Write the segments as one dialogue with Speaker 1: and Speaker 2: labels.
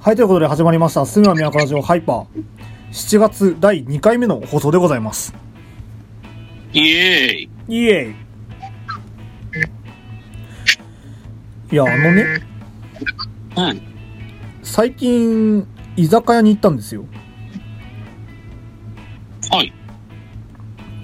Speaker 1: はい、ということで始まりました、すみまみやこラジオハイパー。7月第2回目の放送でございます。
Speaker 2: イエーイ。
Speaker 1: イエイいや、あのね、
Speaker 2: うん。
Speaker 1: 最近、居酒屋に行ったんですよ。
Speaker 2: はい。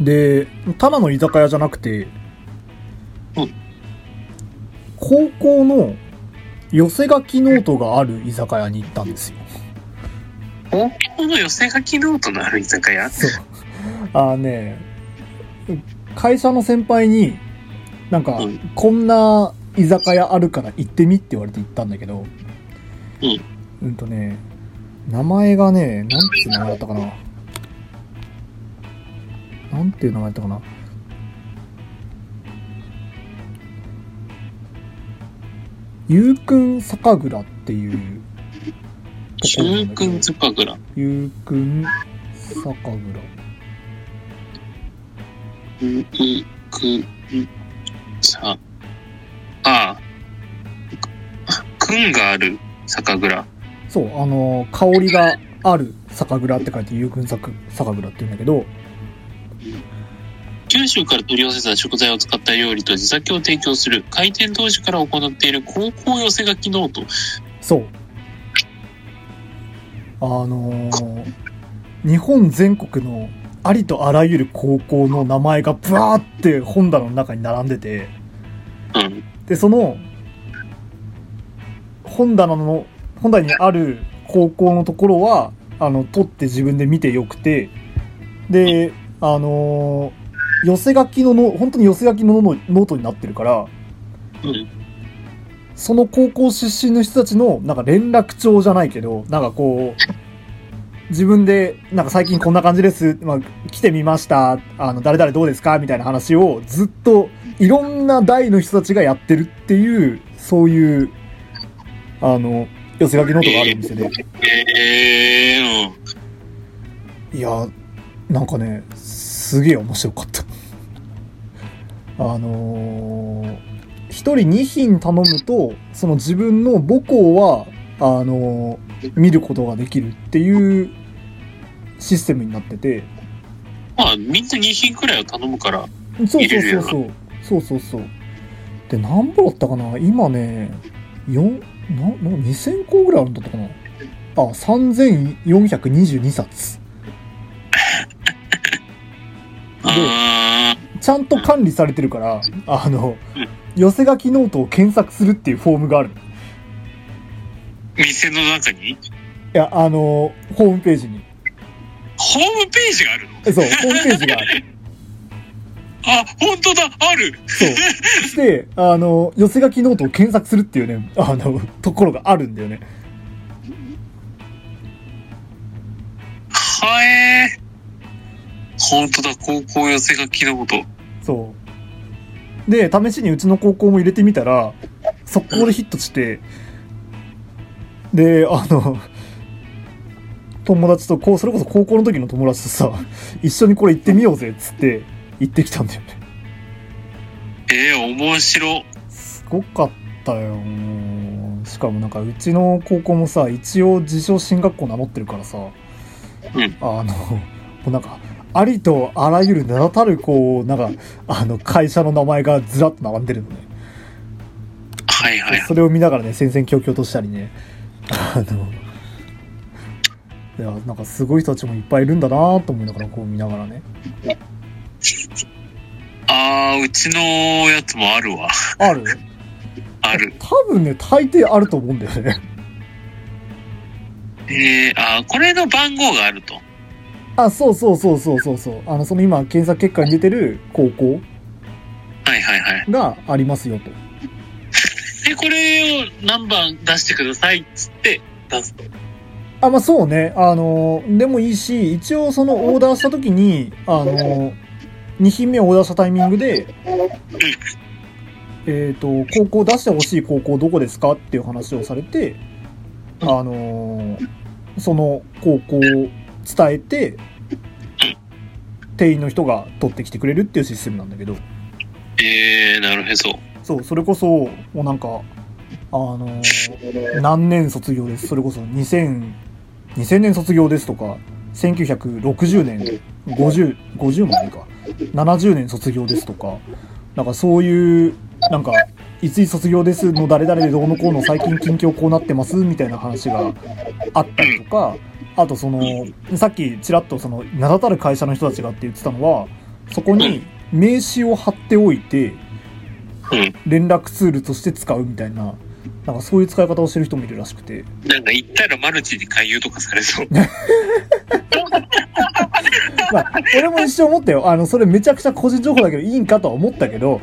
Speaker 1: で、ただの居酒屋じゃなくて、
Speaker 2: うん
Speaker 1: 高校の寄せ書きノートがある居酒屋に行ったんですよ。
Speaker 2: 高校の寄せ書きノートのある居酒屋
Speaker 1: そう。あのね、会社の先輩に、なんか
Speaker 2: うん、
Speaker 1: こんな居酒屋あるから行ってみって言われて行ったんだけど、うん。とね、名前がね、なんていう名前だったかな。なんていう名前だったかな。ゆうくん酒蔵っていうところなん
Speaker 2: 中
Speaker 1: だけど。
Speaker 2: 君酒蔵。
Speaker 1: ゆうくん酒蔵。
Speaker 2: 中君さ、ああ。君がある酒蔵。
Speaker 1: そう、あのー、香りがある酒蔵って書いて、ゆうくん酒酒蔵って言うんだけど、
Speaker 2: 九州から取り寄せた食材を使った料理と地酒を提供する開店当時から行っている高校寄せ書きノート。
Speaker 1: そう。あのー、日本全国のありとあらゆる高校の名前がブワーって本棚の中に並んでて、
Speaker 2: うん。
Speaker 1: で、その、本棚の、本棚にある高校のところは、あの、取って自分で見てよくて、で、あのー寄せ書きのの、本当に寄せ書きののノートになってるから、
Speaker 2: うん。
Speaker 1: その高校出身の人たちの、なんか連絡帳じゃないけど、なんかこう、自分で、なんか最近こんな感じです、まあ、来てみました、あの、誰々どうですかみたいな話をずっと、いろんな代の人たちがやってるっていう、そういう、あの、寄せ書きノートがあるお店で。
Speaker 2: ええうん。
Speaker 1: いや、なんかね、すげえ面白かった。 あのー一人二品頼むと、その自分の母校は、あのー見ることができるっていうシステムになってて、
Speaker 2: まあ、みんな2品くらいは頼むから。
Speaker 1: そう
Speaker 2: 入
Speaker 1: そう
Speaker 2: れる
Speaker 1: そ
Speaker 2: よ
Speaker 1: う
Speaker 2: な
Speaker 1: そう。そうそうそう。で、何本だったかな今ね、4、な、な、2000個ぐらいあるんだったかなあ、3422冊。
Speaker 2: あ
Speaker 1: ちゃんと管理されてるから、あの、寄せ書きノートを検索するっていうフォームがある。い
Speaker 2: ー店の中に
Speaker 1: や、あの、ホームページに。
Speaker 2: ホームページがあるの
Speaker 1: えそう、ホームページがある。
Speaker 2: あ、本当だ、ある。
Speaker 1: そう。して、あの、寄せ書きノートを検索するっていうね、あの、ところがあるんだよね。
Speaker 2: はえー。本当だ、高校寄せ書きのこと。
Speaker 1: そう。で、試しにうちの高校も入れてみたら、速攻でヒットして、で、あの、友達と、こう、それこそ高校の時の友達とさ、一緒にこれ行ってみようぜっつって、行ってきたんだよね。
Speaker 2: えー、面白。
Speaker 1: すごかったよもうしかもなんかうちの高校もさ一応自称進学校名乗ってるからさ、
Speaker 2: うん
Speaker 1: あの もうなんかありとあらゆる名だたるこうなんかあの会社の名前がずらっと並んでるのね
Speaker 2: はいはいはい。
Speaker 1: それを見ながらね戦々恐々としたりねあのいやなんかすごい人たちもいっぱいいるんだなと思いながらこう見ながらね
Speaker 2: あー、うちのやつもあるわ。
Speaker 1: ある
Speaker 2: ある。
Speaker 1: 多分ね大抵あると思うんだよね
Speaker 2: えー、あー、これの番号があると。
Speaker 1: あ、そうそうそうそうそうそう。あの、その今、検索結果に出てる高校
Speaker 2: はいはいはい。
Speaker 1: がありますよと。
Speaker 2: で、これを何番出してくださいっつって出すと。
Speaker 1: あ、まあそうね。あの、でもいいし、一応そのオーダーした時に、あの、2品目をオーダーしたタイミングで、えっ、と、高校出してほしい高校どこですかっていう話をされて、あの、その高校を伝えて、店員の人が取ってきてくれるっていうシステムなんだけど。
Speaker 2: えー、なるへそ。
Speaker 1: そう、それこそ、もうなんか、あの、何年卒業です。それこそ2000、2000年卒業ですとか、1960年、50、50までか、70年卒業ですとか、なんかそういう、なんか、いついつ卒業ですの誰々でどうのこうの最近近況こうなってますみたいな話があったりとか、あとその、さっきちらっとその、名だたる会社の人たちがって言ってたのは、そこに名刺を貼っておいて、
Speaker 2: うん。
Speaker 1: 連絡ツールとして使うみたいな、なんかそういう使い方をしてる人もいるらしくて。
Speaker 2: なんか行ったらマルチに勧誘とかされそう。
Speaker 1: まあ、俺も一瞬思ったよ。あの、それめちゃくちゃ個人情報だけどいいんかとは思ったけど、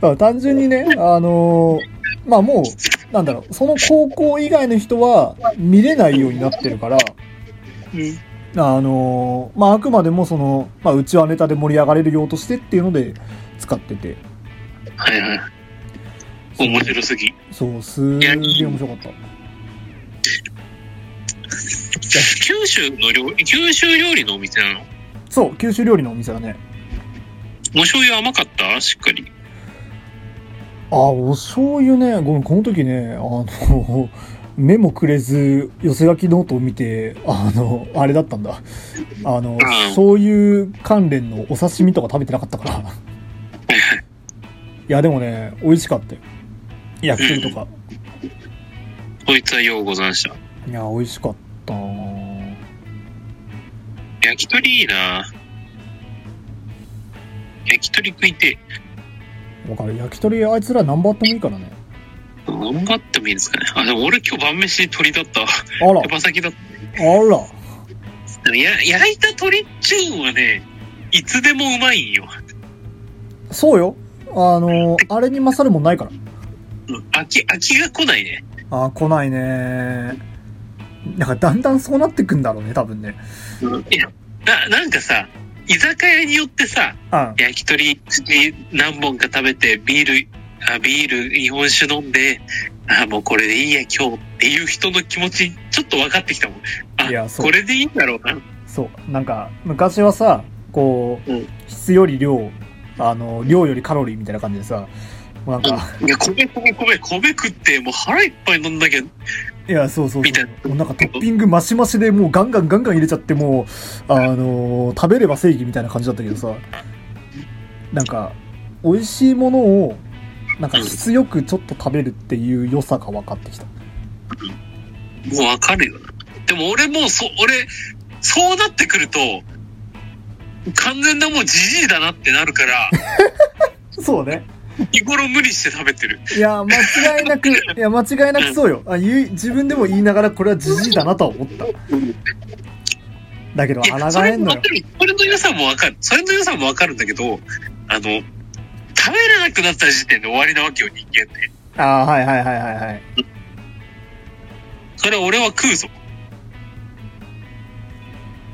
Speaker 1: まあ単純にね、あのーまあもう、なんだろう、その高校以外の人は見れないようになってるから、
Speaker 2: うん。
Speaker 1: あのーまああくまでもその、まあうちはネタで盛り上がれるようとしてっていうので使ってて。
Speaker 2: はいはい。面白すぎ。
Speaker 1: そう、すげえ面白かった。
Speaker 2: 九州の料理、九州料理のお店なの
Speaker 1: そう、九州料理のお店だね。
Speaker 2: お醤油甘かったしっかり。
Speaker 1: あ、お醤油ね、ごめん、この時ね、あの、目もくれず、寄せ書きノートを見て、あの、あれだったんだ。あの、そういう関連のお刺身とか食べてなかった から。いや、でもね、美味しかったよ。焼き鳥とか。
Speaker 2: こいつはようござんした。
Speaker 1: いや、美味しかったなぁ
Speaker 2: 焼き鳥いいな焼き鳥食いて
Speaker 1: わかる。焼き鳥、あいつら何番あってもいいからね。
Speaker 2: え。頑張ってもいいですかね。あ、でも俺今日晩飯鳥だったわ。
Speaker 1: あら、
Speaker 2: 手羽先だっ
Speaker 1: あら。
Speaker 2: た。や焼いた鳥チューンはね、いつでもうまいんよ。
Speaker 1: そうよ。あの、あれに勝るもんないから。
Speaker 2: うん飽き、飽きが来ないね。
Speaker 1: あー来ないねなんかだんだんそうなってくんだろうね多分ね
Speaker 2: いや、な、なんかさ、居酒屋によってさ、
Speaker 1: あ
Speaker 2: 焼き鳥何本か食べて、ビール、あビール、日本酒飲んで、あ、もうこれでいいや、今日っていう人の気持ち、ちょっと分かってきたもん。あ、
Speaker 1: いやそう
Speaker 2: これでいいんだろうな。
Speaker 1: そうなんか昔はさこう、
Speaker 2: うん
Speaker 1: 質より量あの量よりカロリーみたいな感じでさもうなんか、
Speaker 2: いや、米、米、米、米食って、もう腹いっぱい飲んだけど、
Speaker 1: いやそうそう
Speaker 2: み
Speaker 1: そ
Speaker 2: た
Speaker 1: う
Speaker 2: い
Speaker 1: もうなんかトッピングマシマシでもうガンガンガンガン入れちゃってもうあのー食べれば正義みたいな感じだったけどさなんか美味しいものをなんか質よくちょっと食べるっていう良さが分かってきた
Speaker 2: もうわかるよな。でも俺もう、そ、俺、そうなってくると、完全なもうじじいだなってな るから、
Speaker 1: そうね
Speaker 2: 日頃無理して食べてる。
Speaker 1: いや、間違いなく、いや、間違いなくそうよ。あ言う自分でも言いながら、これはじじいだなとは思った。だけど、
Speaker 2: い
Speaker 1: 抗
Speaker 2: やそ
Speaker 1: え
Speaker 2: れ
Speaker 1: ん
Speaker 2: も
Speaker 1: の
Speaker 2: わ
Speaker 1: よ
Speaker 2: か。る。それの良さもわかる。それの良さもわかるんだけど、あの、食べれなくなった時点で終わりなわけよ、人間って。
Speaker 1: ああ、はいはいはいはいはい。
Speaker 2: それ俺は食うぞ。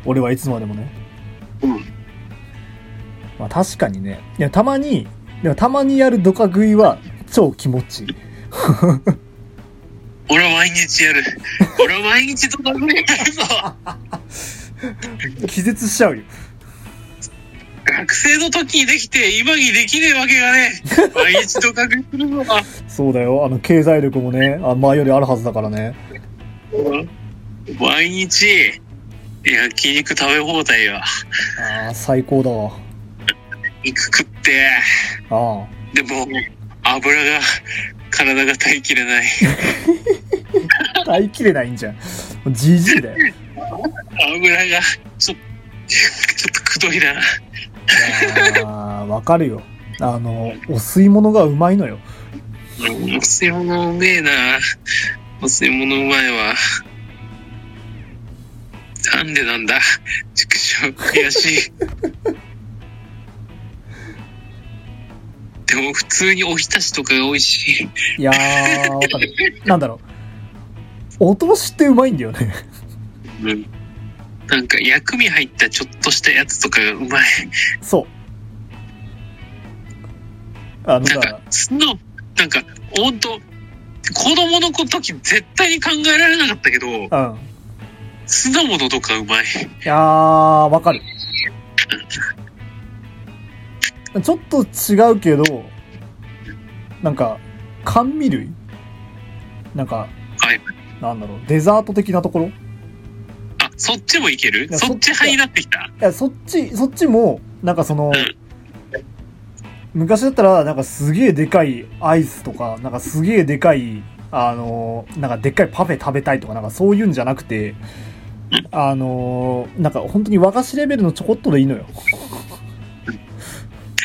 Speaker 1: 俺はいつまでもね。
Speaker 2: うん
Speaker 1: まあ、確かにね。いや、たまに、でもたまにやるドカ食いは、超気持ちいい。
Speaker 2: 俺は毎 日やる。俺は毎日とかぐらいやるぞ。
Speaker 1: 気絶しちゃうよ。
Speaker 2: 学生の時にできて、今にできねえわけがねえ。毎日とかぐらいするのは。
Speaker 1: そうだよ。あの、経済力もね、あ前よりあるはずだからね。
Speaker 2: 毎日、焼肉食べ放題や。
Speaker 1: ああ、最高だわ。
Speaker 2: 肉食って、
Speaker 1: ああ。
Speaker 2: でも、油が、体が耐えきれない。
Speaker 1: 耐えきれないんじゃん。じじいだよ。
Speaker 2: 油が、ちょっと、ちょっとくどいな。
Speaker 1: あーわかるよ。あの、お吸い物がうまいのよ。
Speaker 2: うんお吸い物うめえな。お吸い物うまいわ。なんでなんだ。畜生、悔しい。 でも普通におひたしとかが美味しい。
Speaker 1: いやー、わかる。なんだろう。お通しってうまいんだよね。
Speaker 2: うん。なんか薬味入ったちょっとしたやつとかがうまい。
Speaker 1: そう。あの
Speaker 2: なん
Speaker 1: さ
Speaker 2: か、、その、なんか、ほんと、子供の時絶対に考えられなかったけど、
Speaker 1: うん。
Speaker 2: 酢の物とかうまい。
Speaker 1: いやー、わかる。ちょっと違うけど、なんか、甘味類なんか、
Speaker 2: はい
Speaker 1: なんだろう、デザート的なところい
Speaker 2: あ、そっちもいける
Speaker 1: いや
Speaker 2: そっ
Speaker 1: そ
Speaker 2: ち
Speaker 1: っち
Speaker 2: 派になってきた。
Speaker 1: や、そっち、そっちも、なんかその
Speaker 2: ん、
Speaker 1: 昔だったら、なんかすげえでかいアイスとか、なんかすげえでかい、あのー、なんかでっかいパフェ食べたいとか、なんかそういうんじゃなくて、あのー、なんか本当に和菓子レベルのちょこっとでいいのよ。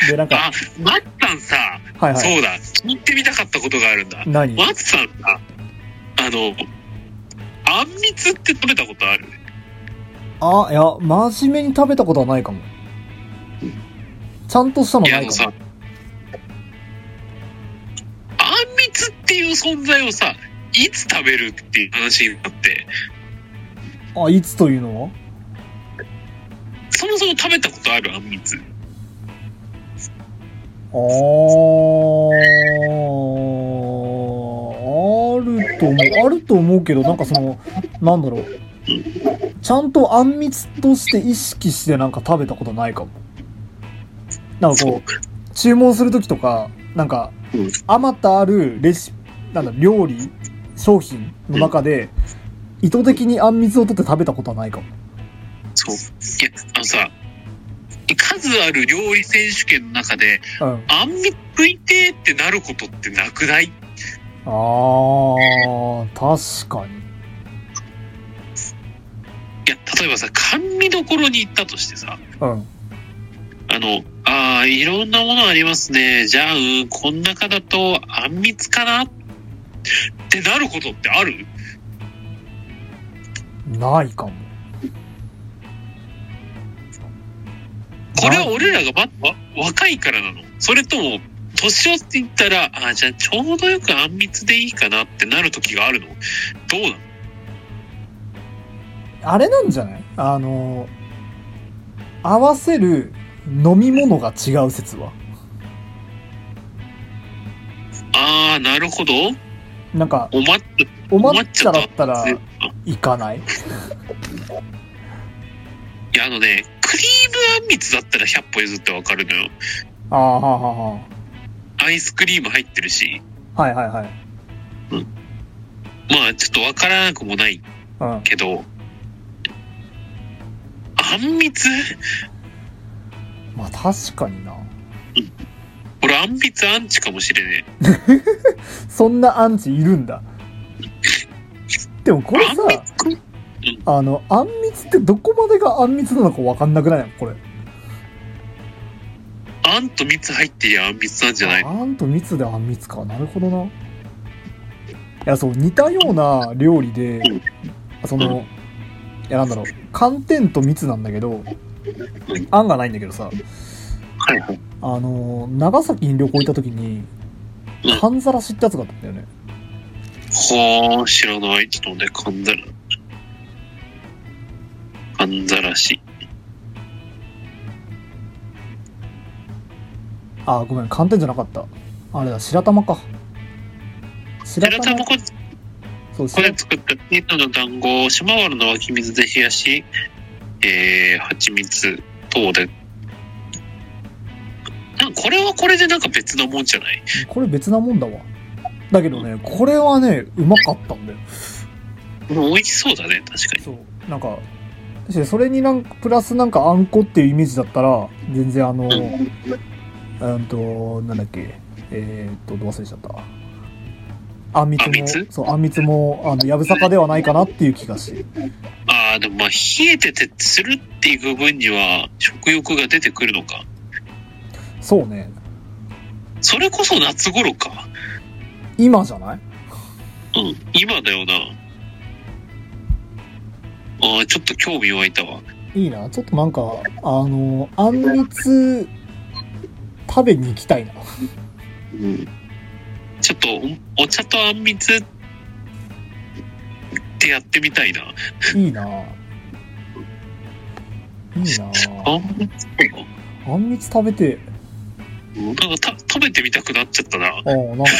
Speaker 1: で、なんか、
Speaker 2: あ、マッタンさ、
Speaker 1: はいはい。
Speaker 2: そうだ、聞いてみたかったことがあるんだ。
Speaker 1: 何
Speaker 2: マッツさんさ、あの、あんみつって食べたことある
Speaker 1: あ、いや、真面目に食べたことはないかも。ちゃんとしたの
Speaker 2: いや、
Speaker 1: な
Speaker 2: あ
Speaker 1: い
Speaker 2: の
Speaker 1: か
Speaker 2: さ
Speaker 1: も。、
Speaker 2: あんみつっていう存在をさ、いつ食べるっていう話になって、
Speaker 1: あ、いつというのは
Speaker 2: そもそも食べたことあるあんみつ。
Speaker 1: あー、あると思う、あると思うけど、なんかその、なんだろう。ちゃんとあんみつとして意識してなんか食べたことないかも。なんか
Speaker 2: そ
Speaker 1: こ
Speaker 2: うか。
Speaker 1: う、注文するときとか、なんか
Speaker 2: うん、
Speaker 1: あまたあるレシピ、なんだ、料理、商品の中で、意図的にあんみつを取って食べたことはないかも。
Speaker 2: そう。いや、あのさ、数ある料理選手権の中で、
Speaker 1: うん。
Speaker 2: あんみつ食いてーってなることってなくない
Speaker 1: あー、確かに。
Speaker 2: いや、例えばさ、甘味どころに行ったとしてさ、
Speaker 1: うん。
Speaker 2: あの、ああ、いろんなものありますね。じゃあ、うん、こん中だと、あんみつかなってなることってある
Speaker 1: ないかも。
Speaker 2: これは俺らがま、わ若いからなのそれとも、年をって言ったら、ああ、じゃあちょうどよくあんみつでいいかなってなる時があるのどうなの
Speaker 1: あれなんじゃないあの、合わせる飲み物が違う説は。
Speaker 2: ああ、なるほど。
Speaker 1: なんか、
Speaker 2: おま、
Speaker 1: お
Speaker 2: お
Speaker 1: 抹茶だったら
Speaker 2: 抹茶と
Speaker 1: 行かない
Speaker 2: いや、あのね、クリームあんみつだったら100歩譲ってわかるのよ。
Speaker 1: あーはあはあは
Speaker 2: アイスクリーム入ってるし、
Speaker 1: あ。はいはいはい。
Speaker 2: まあ、ちょっとわからなくもない
Speaker 1: うん。
Speaker 2: けど、あんみつ
Speaker 1: まあ確かにな。
Speaker 2: 俺、あんみつアンチかもしれね
Speaker 1: そんなアンチいるんだ。でもこ
Speaker 2: え。
Speaker 1: れ
Speaker 2: あんみ
Speaker 1: さ、
Speaker 2: つく
Speaker 1: あの、あんみつってどこまでがあんみつなのかわかんなくないのこれ。
Speaker 2: あんと蜜入ってりゃあんみつなんじゃない
Speaker 1: あんと蜜であんみつか。なるほどな。いや、そう、似たような料理で、その、いや、なんだろう、寒天と蜜なんだけど、あんがないんだけどさ、
Speaker 2: はいはい。
Speaker 1: あの、長崎に旅行行った時に
Speaker 2: うん、
Speaker 1: 半ざらしってやつがあったんだよね。
Speaker 2: ほー、知らない。ちょっとね、かんざら。かんざらし。
Speaker 1: あ、ごめん、寒天じゃなかった。あれだ、白玉か。白
Speaker 2: 寺田もこ
Speaker 1: そう、
Speaker 2: こ
Speaker 1: 白
Speaker 2: で作ったピートの団子を島原の湧き水で冷やし、えー、蜂蜜等で。なんかこれはこれでなんか別のもんじゃない
Speaker 1: これ別なもんだわ。だけどね、これはね、うまかったんだよ。
Speaker 2: 美味しそうだね、確かに。
Speaker 1: そうなんか確かにそれになんかプラスなんかあんこっていうイメージだったら全然あのうんとなんだっけえー、っとどう忘れちゃったあんみつ
Speaker 2: あん
Speaker 1: も
Speaker 2: みつ
Speaker 1: そうあんみつもあのやぶさかではないかなっていう気がして
Speaker 2: ああ、でもまあ、冷えててつるっていく分には食欲が出てくるのか。
Speaker 1: そうね
Speaker 2: それこそ夏頃か。
Speaker 1: 今じゃない
Speaker 2: うん、今だよな。ああ、ちょっと興味湧いたわ。
Speaker 1: いいなちょっとなんかあのあんみつ食べに行きたいな
Speaker 2: ちょっとおお茶とあんみつってやってみたいな。
Speaker 1: いいないい
Speaker 2: あ
Speaker 1: なん
Speaker 2: みつ
Speaker 1: あんみつ食べて
Speaker 2: なんかた食べてみたくなっちゃったな。
Speaker 1: ああなん か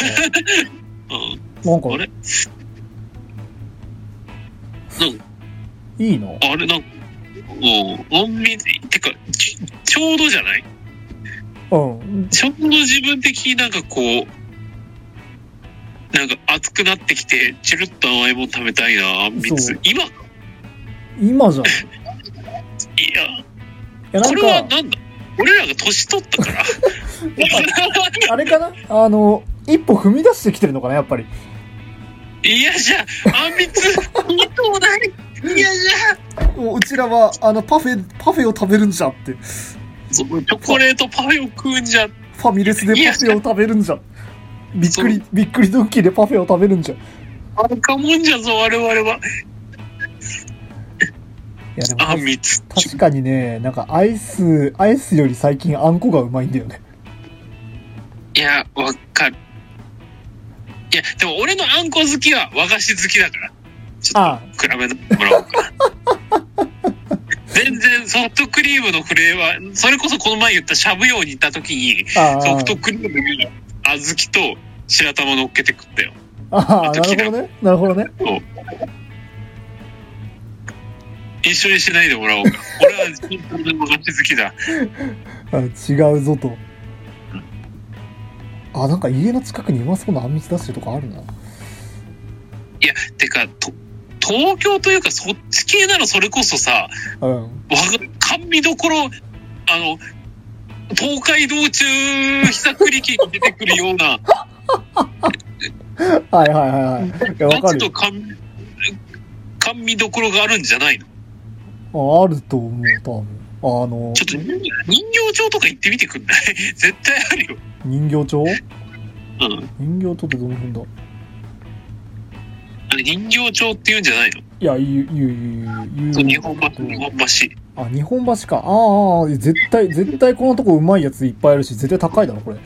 Speaker 2: うん。
Speaker 1: なんか
Speaker 2: あれ
Speaker 1: いいな
Speaker 2: あれなんか、うん。あんみつ、てか、ちちょうどじゃない
Speaker 1: うん
Speaker 2: ちょうど自分的になんかこう、なんか暑くなってきて、チルッと甘いもん食べたいな、あんみ
Speaker 1: そ
Speaker 2: つ
Speaker 1: う。
Speaker 2: 今い
Speaker 1: 今じゃん。い
Speaker 2: や、
Speaker 1: や、な
Speaker 2: こ
Speaker 1: ん
Speaker 2: れは
Speaker 1: か、
Speaker 2: なんだ俺らが年取った から。
Speaker 1: あれかなあの、一歩踏み出してきてるのかなやっぱり。
Speaker 2: いやじゃあ、あんみつ、本当だいやじゃあ、
Speaker 1: もううちらは、あの、パフェ、パフェを食べるんじゃって。フ
Speaker 2: そのチョコレートパフェを食うんじゃ、
Speaker 1: ァミレスでパフェを食べるんじゃ。びっくり、びっくりドッキーでパフェを食べるんじゃ。い
Speaker 2: あんかもんじゃぞ、我々は。
Speaker 1: や、でも
Speaker 2: あんみつ。
Speaker 1: 確かにね、なんかアイス、アイスより最近あんこがうまいんだよね。
Speaker 2: いや、わかる。いや、でも俺のあんこ好きは和菓子好きだから。ちょっ
Speaker 1: ああ、
Speaker 2: と比べてもらおうか。全然ソフトクリームのフレーバー、それこそこの前言ったしゃぶ用に行った時に、
Speaker 1: あ
Speaker 2: ソフ
Speaker 1: あ
Speaker 2: トクリームに小豆と白玉乗っけて食ったよ。
Speaker 1: ああ、なるほどね。なるほどね。
Speaker 2: 一緒にしないでもらおうか。俺は本当に和菓子好きだ。
Speaker 1: あ違うぞと。あ、なんか家の近くにうまそうなあんみつ出してるとかあるな。
Speaker 2: てか、と東京というかそっち系ならそれこそさ、
Speaker 1: うん。
Speaker 2: わが甘味どころ、あの、東海道中、久栗家に出てくるよう な、
Speaker 1: はいはいはいはい。いや、わか
Speaker 2: 夏
Speaker 1: る
Speaker 2: と
Speaker 1: よ。
Speaker 2: 甘甘味どころがあるんじゃないの
Speaker 1: ああると思う、多分。あの、
Speaker 2: ちょっと人形町とか行ってみてくんない 絶対あるよ。
Speaker 1: 人形町
Speaker 2: うん。
Speaker 1: 人形町ってどの辺だい
Speaker 2: あれ人形町って言うんじゃないの
Speaker 1: や、言う、言う、言う、言う。
Speaker 2: 日本橋、日本橋。
Speaker 1: あ、日本橋か。ああああ、絶対、絶対このとこうまいやついっぱいあるし、絶対高いだろ、これ。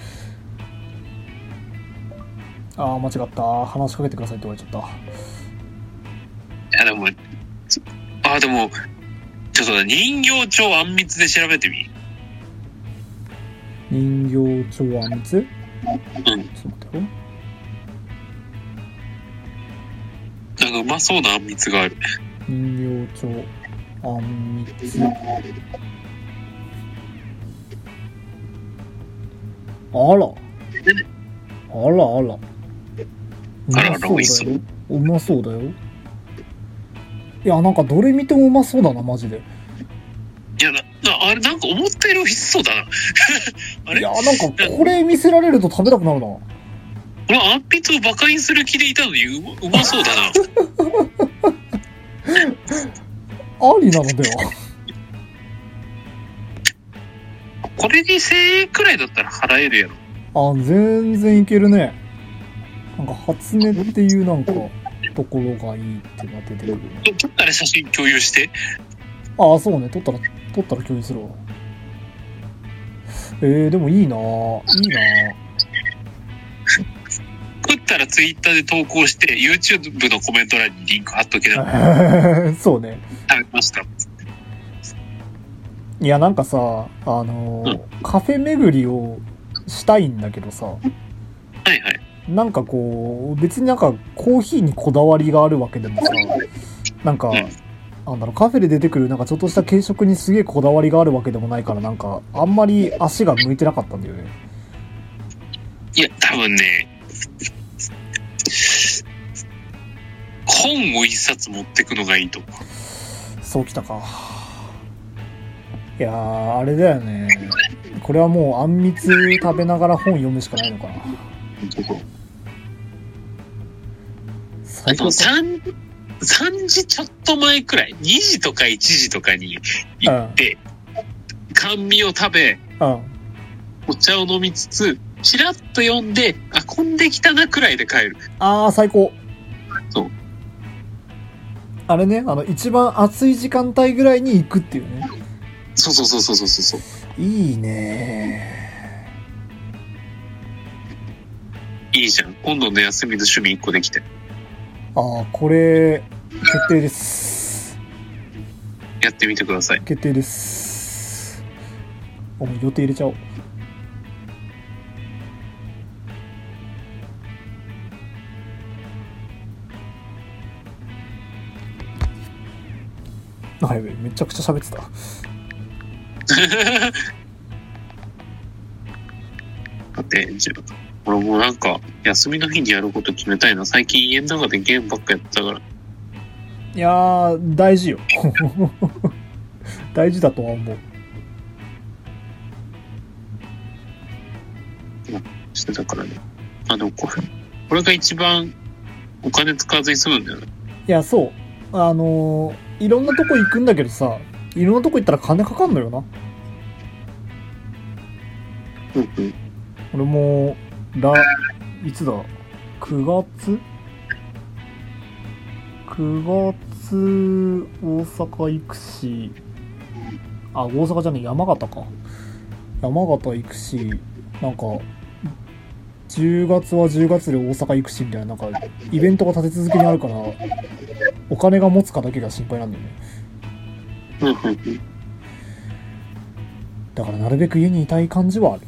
Speaker 1: ああ、間違った。話しかけてくださいって言われちゃっ
Speaker 2: いや、でも、ちょあ、でも、ちょっと人形町あんみつで調べてみ。
Speaker 1: た。人形町あんみつ
Speaker 2: うん。
Speaker 1: ちょっと待ってよ。
Speaker 2: なんかうまそうなあんみつがある。
Speaker 1: 人形町あんみつ。あら。あらあら。
Speaker 2: あらあら
Speaker 1: うまそうだよ。うまそうだよ。いや、なんかどれ見てもうまそうだな、マジで。
Speaker 2: いや、な、なあれなんか思ったより美味しそうだな。あれ
Speaker 1: いや、なんかこれ見せられると食べたくなるな。
Speaker 2: 俺はアンピツを馬鹿にする気でいたのにうまうまそうだな。
Speaker 1: ありなのでは。
Speaker 2: これに1000円くらいだったら払えるやろ。
Speaker 1: あ、全然いけるね。なんか初音っていうなんか、ところがいいってのが出てくるね。
Speaker 2: ちょっとあれ写真共有して。
Speaker 1: ああ、そうね。撮ったら、撮ったら共有するわ。えー、でもいいなぁ。いいなぁ。
Speaker 2: 食ったらツイッターで投稿して、YouTube のコメント欄にリンク貼っとけな。
Speaker 1: そうね。
Speaker 2: 食べました。
Speaker 1: いや、なんかさ、あのーカフェ巡りをしたいんだけどさ、
Speaker 2: はいはい。
Speaker 1: なんかこう、別になんかコーヒーにこだわりがあるわけでもさ、なんか、なんだろう、カフェで出てくるなんかちょっとした軽食にすげえこだわりがあるわけでもないから、なんか、あんまり足が向いてなかったんだよね。
Speaker 2: いや、多分ね、本を一冊持ってくのがいいと思う。
Speaker 1: そうきたか。いやー、あれだよね。これはもう、あんみつ食べながら本読むしかないのかな。
Speaker 2: あ
Speaker 1: 最
Speaker 2: と
Speaker 1: 高か。
Speaker 2: 3、3時ちょっと前くらい、2時とか1時とかに行って、甘味を食べ、
Speaker 1: うん。
Speaker 2: お茶を飲みつつ、ちらっと読んで、あ、混んできたなくらいで帰る。
Speaker 1: あー、最高。
Speaker 2: そう。
Speaker 1: あれね、あの、一番暑い時間帯ぐらいに行くっていうね。
Speaker 2: そうそうそうそうそうそう。
Speaker 1: いいね
Speaker 2: いいじゃん。今度の休みの趣味1個できて。
Speaker 1: ー。あー、これ、決定です。
Speaker 2: やってみてください。
Speaker 1: 決定です。お前予定入れちゃおう。あやべえめちゃくちゃ喋ってた。
Speaker 2: だって、じゃあ俺もうなんか、休みの日にやること決めたいな。最近家の中でゲームばっかやってたから。
Speaker 1: いやー、大事よ。 大事だとは思う。
Speaker 2: してたからね。あ、でもこれ、これが一番お金使わずに済むんだよね。
Speaker 1: いや、そう。あのーいろんなとこ行くんだけどさ、いろんなとこ行ったら金かかんのよな。
Speaker 2: うんうん。
Speaker 1: 俺も、ら、いつだ ?9 月 ?9 月、大阪行くし、あ、大阪じゃねえ、山形か。山形行くし、なんか、10月は10月で大阪行くし、みたいな、なんか、イベントが立て続けにあるから、お金が持つかだけが心配なんだよね。
Speaker 2: うんうん
Speaker 1: だから、なるべく家にいたい感じはある。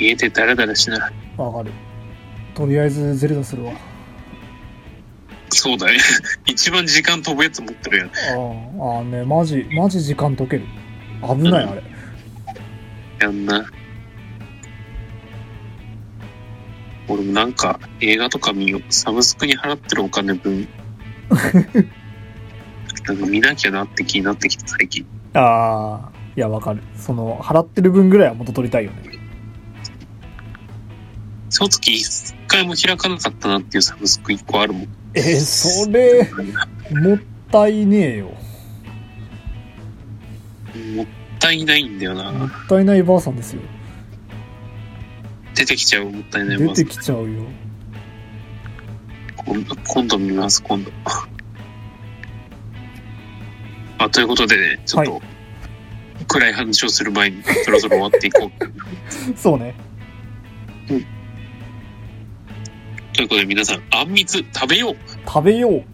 Speaker 2: 家でダラダラしない。
Speaker 1: わかる。とりあえず、ゼルダするわ。
Speaker 2: そうだね。 一番時間飛ぶやつ持ってるやん。い
Speaker 1: あーあーねマジマジ時間解ける危ないあれ
Speaker 2: やんな。俺もなんか映画とか見よう。サブスクに払ってるお金分。なんか見なきゃなって気になってきた最近。
Speaker 1: ああいやわかるその払ってる分ぐらいは元取りたいよね
Speaker 2: 正直一回も開かなかったなっていうサブスク一個あるもん。
Speaker 1: えーそれもったいねえよ
Speaker 2: もったいないんだよ
Speaker 1: もっ
Speaker 2: な。
Speaker 1: たいないばあさんですよ
Speaker 2: 出てきちゃう、もったいない
Speaker 1: 出
Speaker 2: まず
Speaker 1: てきちゃうよ
Speaker 2: 今度今度見ます、今度。あ、ということでね、ちょっと、
Speaker 1: は
Speaker 2: 暗い話をする前に、そろそろ終わっていこう。
Speaker 1: そうね
Speaker 2: ということで皆さん、あんみつ食べよう
Speaker 1: 食べよう